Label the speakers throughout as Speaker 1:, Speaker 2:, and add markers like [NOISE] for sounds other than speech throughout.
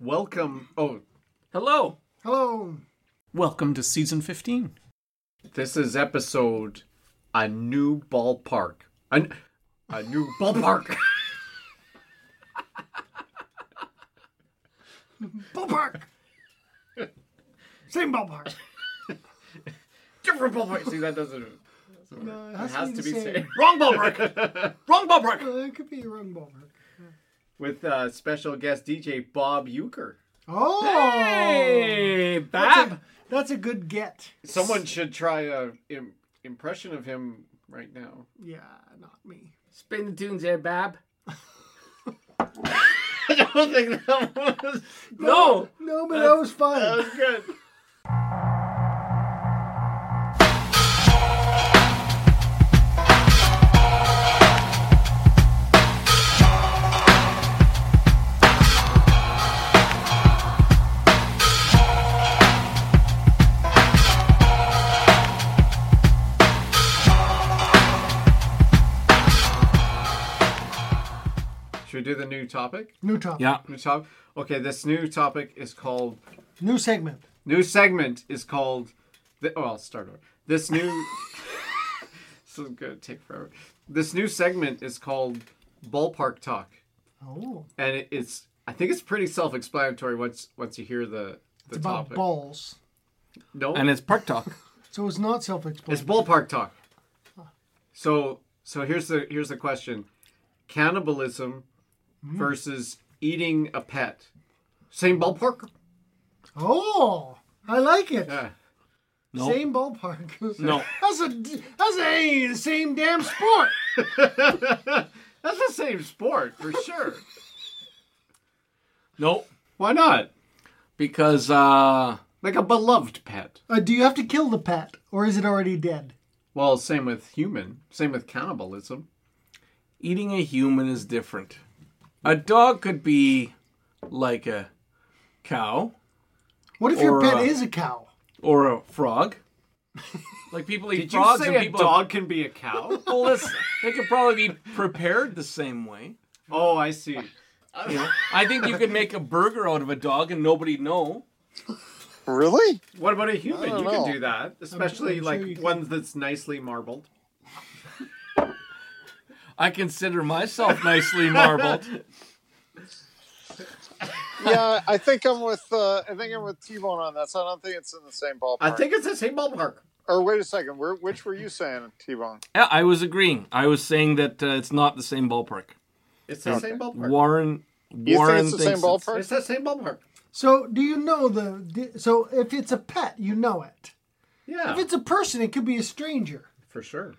Speaker 1: Welcome. Oh,
Speaker 2: Hello.
Speaker 3: Hello.
Speaker 2: Welcome to season 15.
Speaker 1: this is episode a new ballpark. A, a new [LAUGHS] ballpark.
Speaker 3: Ballpark. Same ballpark.
Speaker 1: Different ballpark. See that doesn't.
Speaker 3: No, it
Speaker 1: It
Speaker 3: Uh, has,
Speaker 1: has to be
Speaker 3: the
Speaker 1: said.
Speaker 3: same.
Speaker 2: Wrong ballpark. [LAUGHS] Wrong ballpark.
Speaker 3: Uh, it could be a wrong ballpark.
Speaker 1: With uh, special guest DJ Bob Euchre.
Speaker 3: Oh.
Speaker 2: Hey,
Speaker 3: That's
Speaker 2: Bab.
Speaker 3: a, that's a good get.
Speaker 1: Someone should try a Im- impression of him right now. [LAUGHS]
Speaker 3: Yeah, not me.
Speaker 2: Spin the tunes there, Bab.
Speaker 1: I don't think that was.
Speaker 2: No.
Speaker 3: No, but that was fun.
Speaker 1: That was good. Should we do the new topic?
Speaker 3: new topic.
Speaker 2: Yeah.
Speaker 1: New top. Okay, this new topic is called
Speaker 3: New segment.
Speaker 1: new segment is called the, oh i'll start over this new this is gonna take forever this new segment is called ballpark talk
Speaker 3: Oh.
Speaker 1: and it, it's i think it's pretty self-explanatory once once you hear the the
Speaker 3: It's about
Speaker 1: topic
Speaker 3: balls.
Speaker 1: no
Speaker 2: And it's park [LAUGHS] talk.
Speaker 3: So it's not self
Speaker 1: it's
Speaker 3: explanatory.
Speaker 1: ballpark talk so so here's the here's the question cannibalism
Speaker 3: Hmm.
Speaker 1: versus eating a pet same ballpark
Speaker 3: Oh. I like it.
Speaker 1: yeah
Speaker 2: No.
Speaker 3: Same ballpark. [LAUGHS]
Speaker 2: No.
Speaker 3: That's a d- that's a hey, the same
Speaker 1: [LAUGHS]
Speaker 3: damn sport.
Speaker 1: that's the same sport for sure
Speaker 2: No.
Speaker 1: why not
Speaker 2: Because uh
Speaker 1: like a beloved pet
Speaker 3: Uh, do you have to kill the pet, or is it already dead?
Speaker 1: Well, same with human, same with cannibalism.
Speaker 2: eating a human is different. A dog could be like a cow
Speaker 3: What if
Speaker 2: Or,
Speaker 3: your pet
Speaker 2: uh,
Speaker 3: is a cow?
Speaker 2: or a [LAUGHS] frog. Like people eat
Speaker 1: Did you
Speaker 2: frogs
Speaker 1: say
Speaker 2: and
Speaker 1: a
Speaker 2: people
Speaker 1: dog can be a cow?
Speaker 2: Well, that's- [LAUGHS] they could probably be prepared the same way.
Speaker 1: [LAUGHS] oh, I see.
Speaker 2: You know, I think you could make a burger out of a dog and nobody'd know.
Speaker 4: Really?
Speaker 1: What about a human? You
Speaker 4: don't
Speaker 1: can
Speaker 4: know.
Speaker 1: do that, especially
Speaker 3: I'm sure
Speaker 1: like
Speaker 3: you can.
Speaker 1: ones that's nicely marbled.
Speaker 2: I consider myself nicely marbled.
Speaker 4: Yeah, I think I'm with uh, I think I'm with T-Bone on that. So I don't think it's in the same ballpark.
Speaker 1: I think it's the same ballpark.
Speaker 4: Or wait a second, where, which were you saying, T-Bone?
Speaker 2: [LAUGHS] Yeah, I was agreeing. I was saying that uh, it's not the same ballpark.
Speaker 1: It's the same ballpark.
Speaker 2: Warren,
Speaker 4: You
Speaker 2: Warren
Speaker 4: think it's the same
Speaker 2: thinks it's-
Speaker 4: ballpark?
Speaker 1: It's the same ballpark.
Speaker 3: So do you know the? di- So if it's a pet, you know it.
Speaker 1: Yeah,
Speaker 3: If it's a person, it could be a stranger.
Speaker 1: for sure.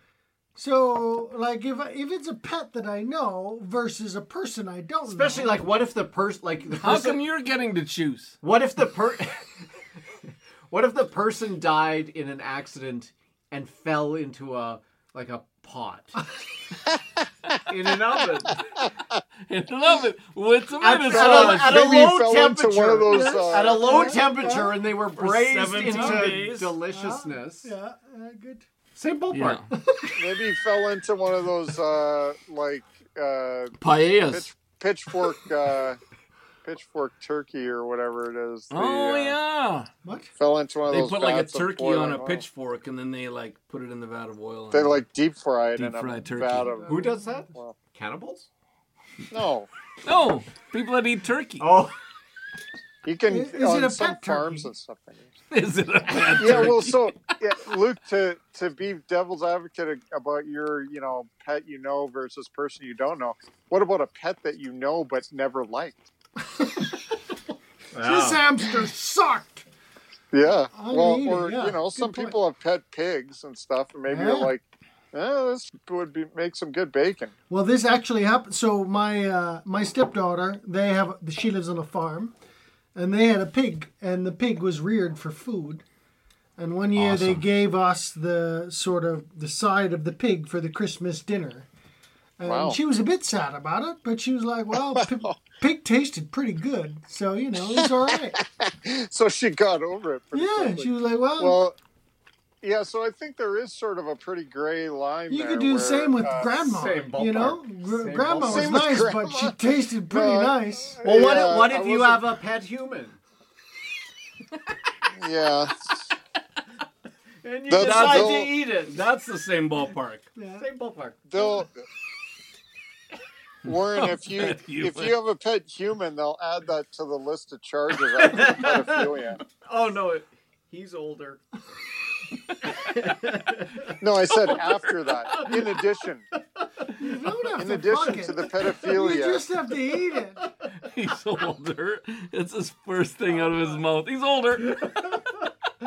Speaker 3: So like if I, if it's a pet that I know versus a person I don't,
Speaker 1: Especially
Speaker 3: know,
Speaker 1: like, what if the person, like the
Speaker 2: How
Speaker 1: person,
Speaker 2: come you're getting to choose? [LAUGHS]
Speaker 1: what if the per, [LAUGHS] what if the person died in an accident and fell into a like a pot in an oven?
Speaker 2: I love it. What's a
Speaker 1: at, at
Speaker 2: minute?
Speaker 1: a,
Speaker 2: Sarge?
Speaker 1: at a
Speaker 4: Maybe
Speaker 1: low
Speaker 4: fell
Speaker 1: temperature,
Speaker 4: into one of those, uh,
Speaker 1: at a low temperature, and they were braised
Speaker 2: 17
Speaker 1: into
Speaker 2: days.
Speaker 1: deliciousness.
Speaker 3: yeah, uh, good.
Speaker 1: Same ballpark.
Speaker 2: Yeah.
Speaker 4: Maybe he fell into one of those uh, like uh,
Speaker 2: Paellas.
Speaker 4: pitch, pitchfork uh, pitchfork turkey or whatever it is. The,
Speaker 2: Oh
Speaker 4: uh,
Speaker 2: yeah.
Speaker 3: What?
Speaker 4: Fell into one of
Speaker 2: They
Speaker 4: those.
Speaker 2: put like a
Speaker 4: vats of
Speaker 2: turkey on
Speaker 4: boiling
Speaker 2: a
Speaker 4: oil.
Speaker 2: pitchfork and then they like put it in the vat of oil. And
Speaker 4: They like deep fried
Speaker 2: Deep
Speaker 4: in a
Speaker 2: fried turkey.
Speaker 4: vat of-
Speaker 1: Who does that?
Speaker 4: Well.
Speaker 1: Cannibals?
Speaker 4: no.
Speaker 2: no people that eat turkey.
Speaker 1: [LAUGHS] Oh,
Speaker 4: You can
Speaker 3: Is- is
Speaker 4: on
Speaker 3: it a
Speaker 4: some
Speaker 3: pet turkey?
Speaker 4: farms and stuff. Like that.
Speaker 2: [LAUGHS] Is it a bad
Speaker 4: [LAUGHS] yeah
Speaker 2: turkey?
Speaker 4: well so yeah, luke to to be devil's advocate about your you know pet you know versus person you don't know what about a pet that you know but never liked
Speaker 1: Ah.
Speaker 3: This hamster sucked.
Speaker 4: yeah
Speaker 3: I
Speaker 4: well
Speaker 3: mean,
Speaker 4: or
Speaker 3: yeah,
Speaker 4: you know
Speaker 3: good
Speaker 4: some
Speaker 3: point.
Speaker 4: people have pet pigs and stuff and maybe
Speaker 3: Yeah.
Speaker 4: you're like eh, this would be make some good bacon
Speaker 3: Well, this actually happened. So my uh, my stepdaughter, they have she lives on a farm, and they had a pig, and the pig was reared for food. And one year they
Speaker 2: Awesome.
Speaker 3: gave us the sort of the side of the pig for the Christmas dinner. And
Speaker 4: Wow.
Speaker 3: she was a bit sad about it, but she was like,
Speaker 4: [LAUGHS]
Speaker 3: "Well, pig, pig tasted pretty good, so
Speaker 4: [LAUGHS]
Speaker 3: you know it was all right."
Speaker 4: so she got over it pretty
Speaker 3: yeah,
Speaker 4: quickly.
Speaker 3: she was like, "Well,
Speaker 4: well yeah, so I think there is sort of a pretty gray line.
Speaker 3: You
Speaker 4: there
Speaker 3: could do
Speaker 4: where,
Speaker 3: the same with
Speaker 4: uh,
Speaker 3: grandma.
Speaker 1: same
Speaker 3: you know,
Speaker 1: ballpark.
Speaker 3: Gr-
Speaker 1: Same
Speaker 3: grandma
Speaker 1: ballpark.
Speaker 3: was
Speaker 4: Same with
Speaker 3: nice, but
Speaker 4: grandma.
Speaker 3: she tasted pretty
Speaker 4: [LAUGHS] No, I-
Speaker 3: nice.
Speaker 1: Well, what,
Speaker 4: Yeah,
Speaker 1: if- what
Speaker 4: I
Speaker 1: if you have
Speaker 4: wasn't-
Speaker 1: a pet human?
Speaker 4: Yeah,
Speaker 1: And you
Speaker 4: That's
Speaker 1: decide
Speaker 4: all-
Speaker 1: to eat it.
Speaker 2: [LAUGHS] That's the same ballpark.
Speaker 3: Yeah.
Speaker 1: Same ballpark. [LAUGHS]
Speaker 4: they'll. Warren, [LAUGHS] if you
Speaker 2: Pet
Speaker 4: if you
Speaker 2: human.
Speaker 4: have a pet human, they'll add that to the list of charges after pedophilia.
Speaker 1: Oh no, it- he's older.
Speaker 4: No, I said after that. In addition,
Speaker 3: You don't have
Speaker 4: in
Speaker 3: to fuck
Speaker 4: addition
Speaker 3: it.
Speaker 4: to
Speaker 3: [LAUGHS]
Speaker 4: the
Speaker 3: you
Speaker 4: pedophilia,
Speaker 3: just have to eat it.
Speaker 2: [LAUGHS] He's older. It's his first thing out of his mouth. He's older. [LAUGHS]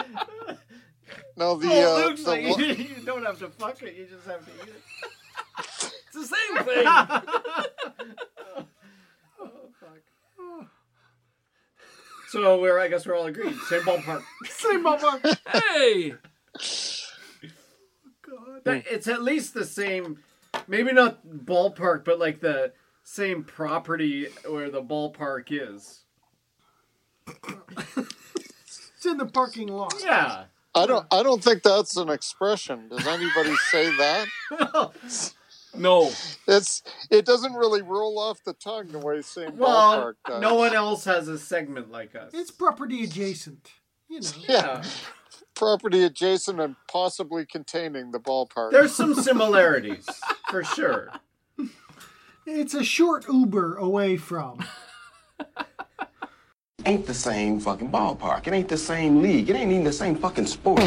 Speaker 4: no the
Speaker 1: oh,
Speaker 4: uh,
Speaker 1: Luke's like,
Speaker 4: the,
Speaker 1: [LAUGHS]
Speaker 4: lo-
Speaker 1: you don't have to fuck it. You just have to eat it. [LAUGHS]
Speaker 2: It's the same thing.
Speaker 1: So we're, I guess we're all agreed. Same [LAUGHS] ballpark.
Speaker 3: Same ballpark.
Speaker 2: Hey.
Speaker 1: That- It's at least the same, maybe not ballpark, but like the same property where the ballpark is.
Speaker 3: It's in the parking lot.
Speaker 1: Yeah. [LAUGHS]
Speaker 4: I don't I don't think that's an expression. Does anybody say that?
Speaker 2: No.
Speaker 4: It's it doesn't really roll off the tongue the way same
Speaker 1: Well,
Speaker 4: ballpark does.
Speaker 1: no one else has a segment like us.
Speaker 3: It's property adjacent. You know.
Speaker 4: yeah, property adjacent and possibly containing the ballpark.
Speaker 1: There's some similarities for sure.
Speaker 3: It's a short Uber away from.
Speaker 5: ain't the same fucking ballpark. It ain't the same league. It ain't even the same fucking sport.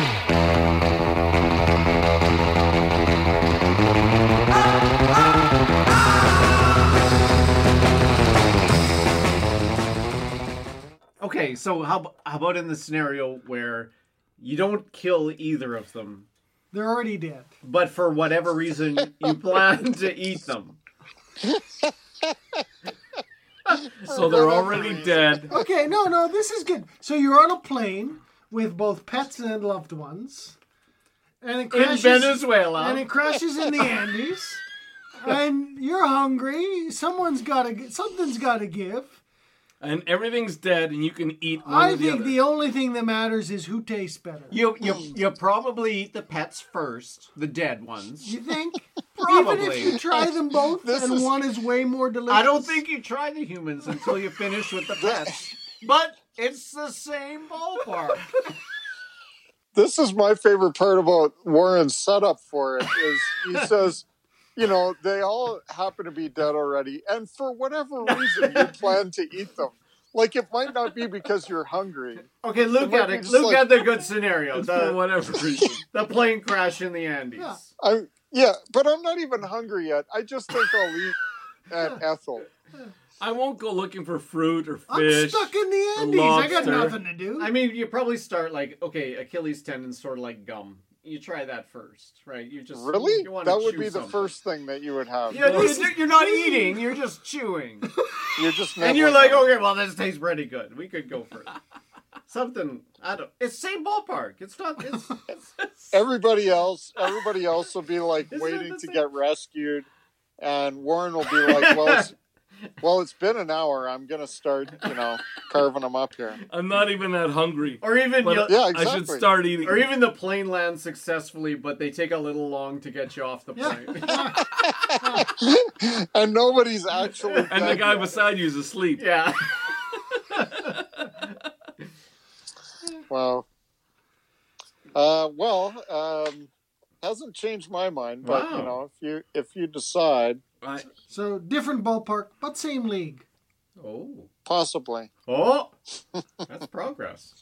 Speaker 1: Okay, so how how about in the scenario where you don't kill either of them,
Speaker 3: They're already dead.
Speaker 1: but for whatever reason you plan to eat them?
Speaker 2: So they're already dead.
Speaker 3: Okay, no, no, this is good. So you're on a plane with both pets and loved ones, and it
Speaker 1: In
Speaker 3: crashes.
Speaker 1: Venezuela.
Speaker 3: and it crashes in
Speaker 1: [LAUGHS]
Speaker 3: the Andes. And you're hungry. Someone's got to. Something's got to give.
Speaker 2: And everything's dead, and you can eat one
Speaker 3: I
Speaker 2: or the
Speaker 3: think
Speaker 2: other.
Speaker 3: the only thing that matters is who tastes better.
Speaker 1: You you you probably eat the pets first, the dead ones.
Speaker 3: You think? Even if
Speaker 1: Probably.
Speaker 3: you try them both
Speaker 4: This
Speaker 3: and
Speaker 4: is-
Speaker 3: one is way more delicious.
Speaker 1: I don't think you try the humans until you finish with the pets. But it's the same ballpark.
Speaker 4: this is my favorite part about Warren's setup for it is
Speaker 1: [LAUGHS]
Speaker 4: he says, you know, they all happen to be dead already, and for whatever reason
Speaker 1: [LAUGHS]
Speaker 4: you plan to eat them. Like it might not be because you're hungry.
Speaker 1: Okay, look
Speaker 4: might
Speaker 1: at
Speaker 4: be
Speaker 1: it.
Speaker 4: just
Speaker 1: Look
Speaker 4: like-
Speaker 1: at the good scenario.
Speaker 2: For
Speaker 1: The,
Speaker 2: whatever reason.
Speaker 1: the plane crash in the Andes.
Speaker 3: Yeah.
Speaker 4: I'm yeah, but I'm not even hungry yet. I just think I'll eat at Ethel.
Speaker 2: I won't go looking for fruit or
Speaker 3: I'm
Speaker 2: fish.
Speaker 3: stuck in the Andes. I got
Speaker 2: lobster.
Speaker 3: nothing to do.
Speaker 1: I mean, you probably start like okay, Achilles tendon's sort of like gum. You try that first, right? You just
Speaker 4: Really?
Speaker 1: You wanna
Speaker 4: That would
Speaker 1: chew
Speaker 4: be the
Speaker 1: something.
Speaker 4: first thing that you would have.
Speaker 1: Yeah, you're, you're not eating. You're just
Speaker 4: [LAUGHS]
Speaker 1: chewing,
Speaker 4: You're just
Speaker 1: and you're like, "Oh,
Speaker 4: nibbling on it.
Speaker 1: okay, well, this tastes pretty good. We could go for it. Something I don't. It's same ballpark. It's not. It's,
Speaker 4: [LAUGHS]
Speaker 1: it's
Speaker 4: Everybody else,
Speaker 1: [LAUGHS]
Speaker 4: everybody else will be like
Speaker 1: Isn't it
Speaker 4: waiting
Speaker 1: the
Speaker 4: to
Speaker 1: same-
Speaker 4: get rescued, and Warren will be like,
Speaker 1: [LAUGHS]
Speaker 4: well, it's, well, it's been an hour. I'm gonna start, you
Speaker 1: [LAUGHS]
Speaker 4: know, carving them up here. [LAUGHS]
Speaker 2: I'm not even that hungry.
Speaker 1: or even
Speaker 2: But
Speaker 1: you'll-
Speaker 4: Yeah,
Speaker 2: I should
Speaker 4: exactly.
Speaker 2: start eating.
Speaker 1: or even the plane lands successfully, but they take a little long to get you off the
Speaker 3: Yeah.
Speaker 1: plane. [LAUGHS]
Speaker 4: and nobody's actually.
Speaker 2: and the
Speaker 4: dead
Speaker 2: guy
Speaker 4: yet.
Speaker 2: beside you is asleep.
Speaker 1: yeah.
Speaker 4: Wow. Uh, well, um, hasn't changed my mind, but
Speaker 1: Wow.
Speaker 4: you know, if you if you decide,
Speaker 2: Right.
Speaker 3: so different ballpark, but same league.
Speaker 1: Oh.
Speaker 4: possibly.
Speaker 1: Oh. That's progress.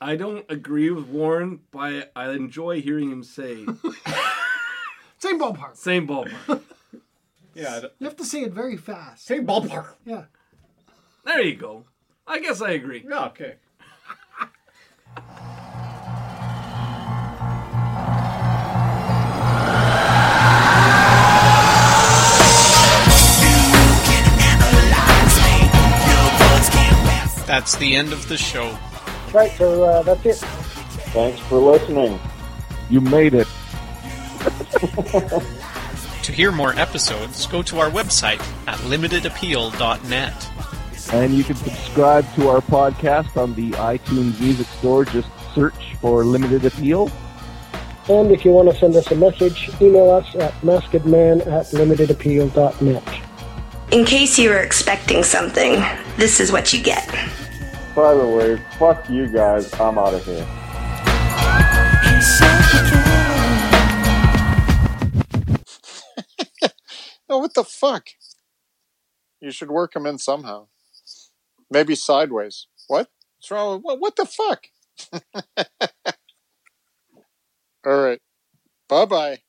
Speaker 2: I don't agree with Warren, but I enjoy hearing him say
Speaker 3: Same ballpark.
Speaker 2: same
Speaker 3: [LAUGHS]
Speaker 2: ballpark.
Speaker 1: Yeah. I don't-
Speaker 3: You have to say it very fast.
Speaker 1: Same ballpark.
Speaker 3: Yeah.
Speaker 2: There you go. I guess I agree.
Speaker 1: Yeah. Okay.
Speaker 6: That's the end of the show.
Speaker 7: Right, so uh, that's it.
Speaker 8: Thanks for listening. You made it.
Speaker 6: To hear more episodes, go to our website at limitedappeal.net.
Speaker 8: And you can subscribe to our podcast on the iTunes Music Store. Just search for Limited Appeal.
Speaker 3: And if you want to send us a message, email us at maskedman at limitedappeal.net.
Speaker 9: In case you were expecting something, this is what you get.
Speaker 10: By the way, fuck you guys. I'm out of here.
Speaker 4: No, what the fuck? You should work him in somehow. Maybe sideways. What? What's wrong with what? What the [LAUGHS] fuck? All right. Bye bye.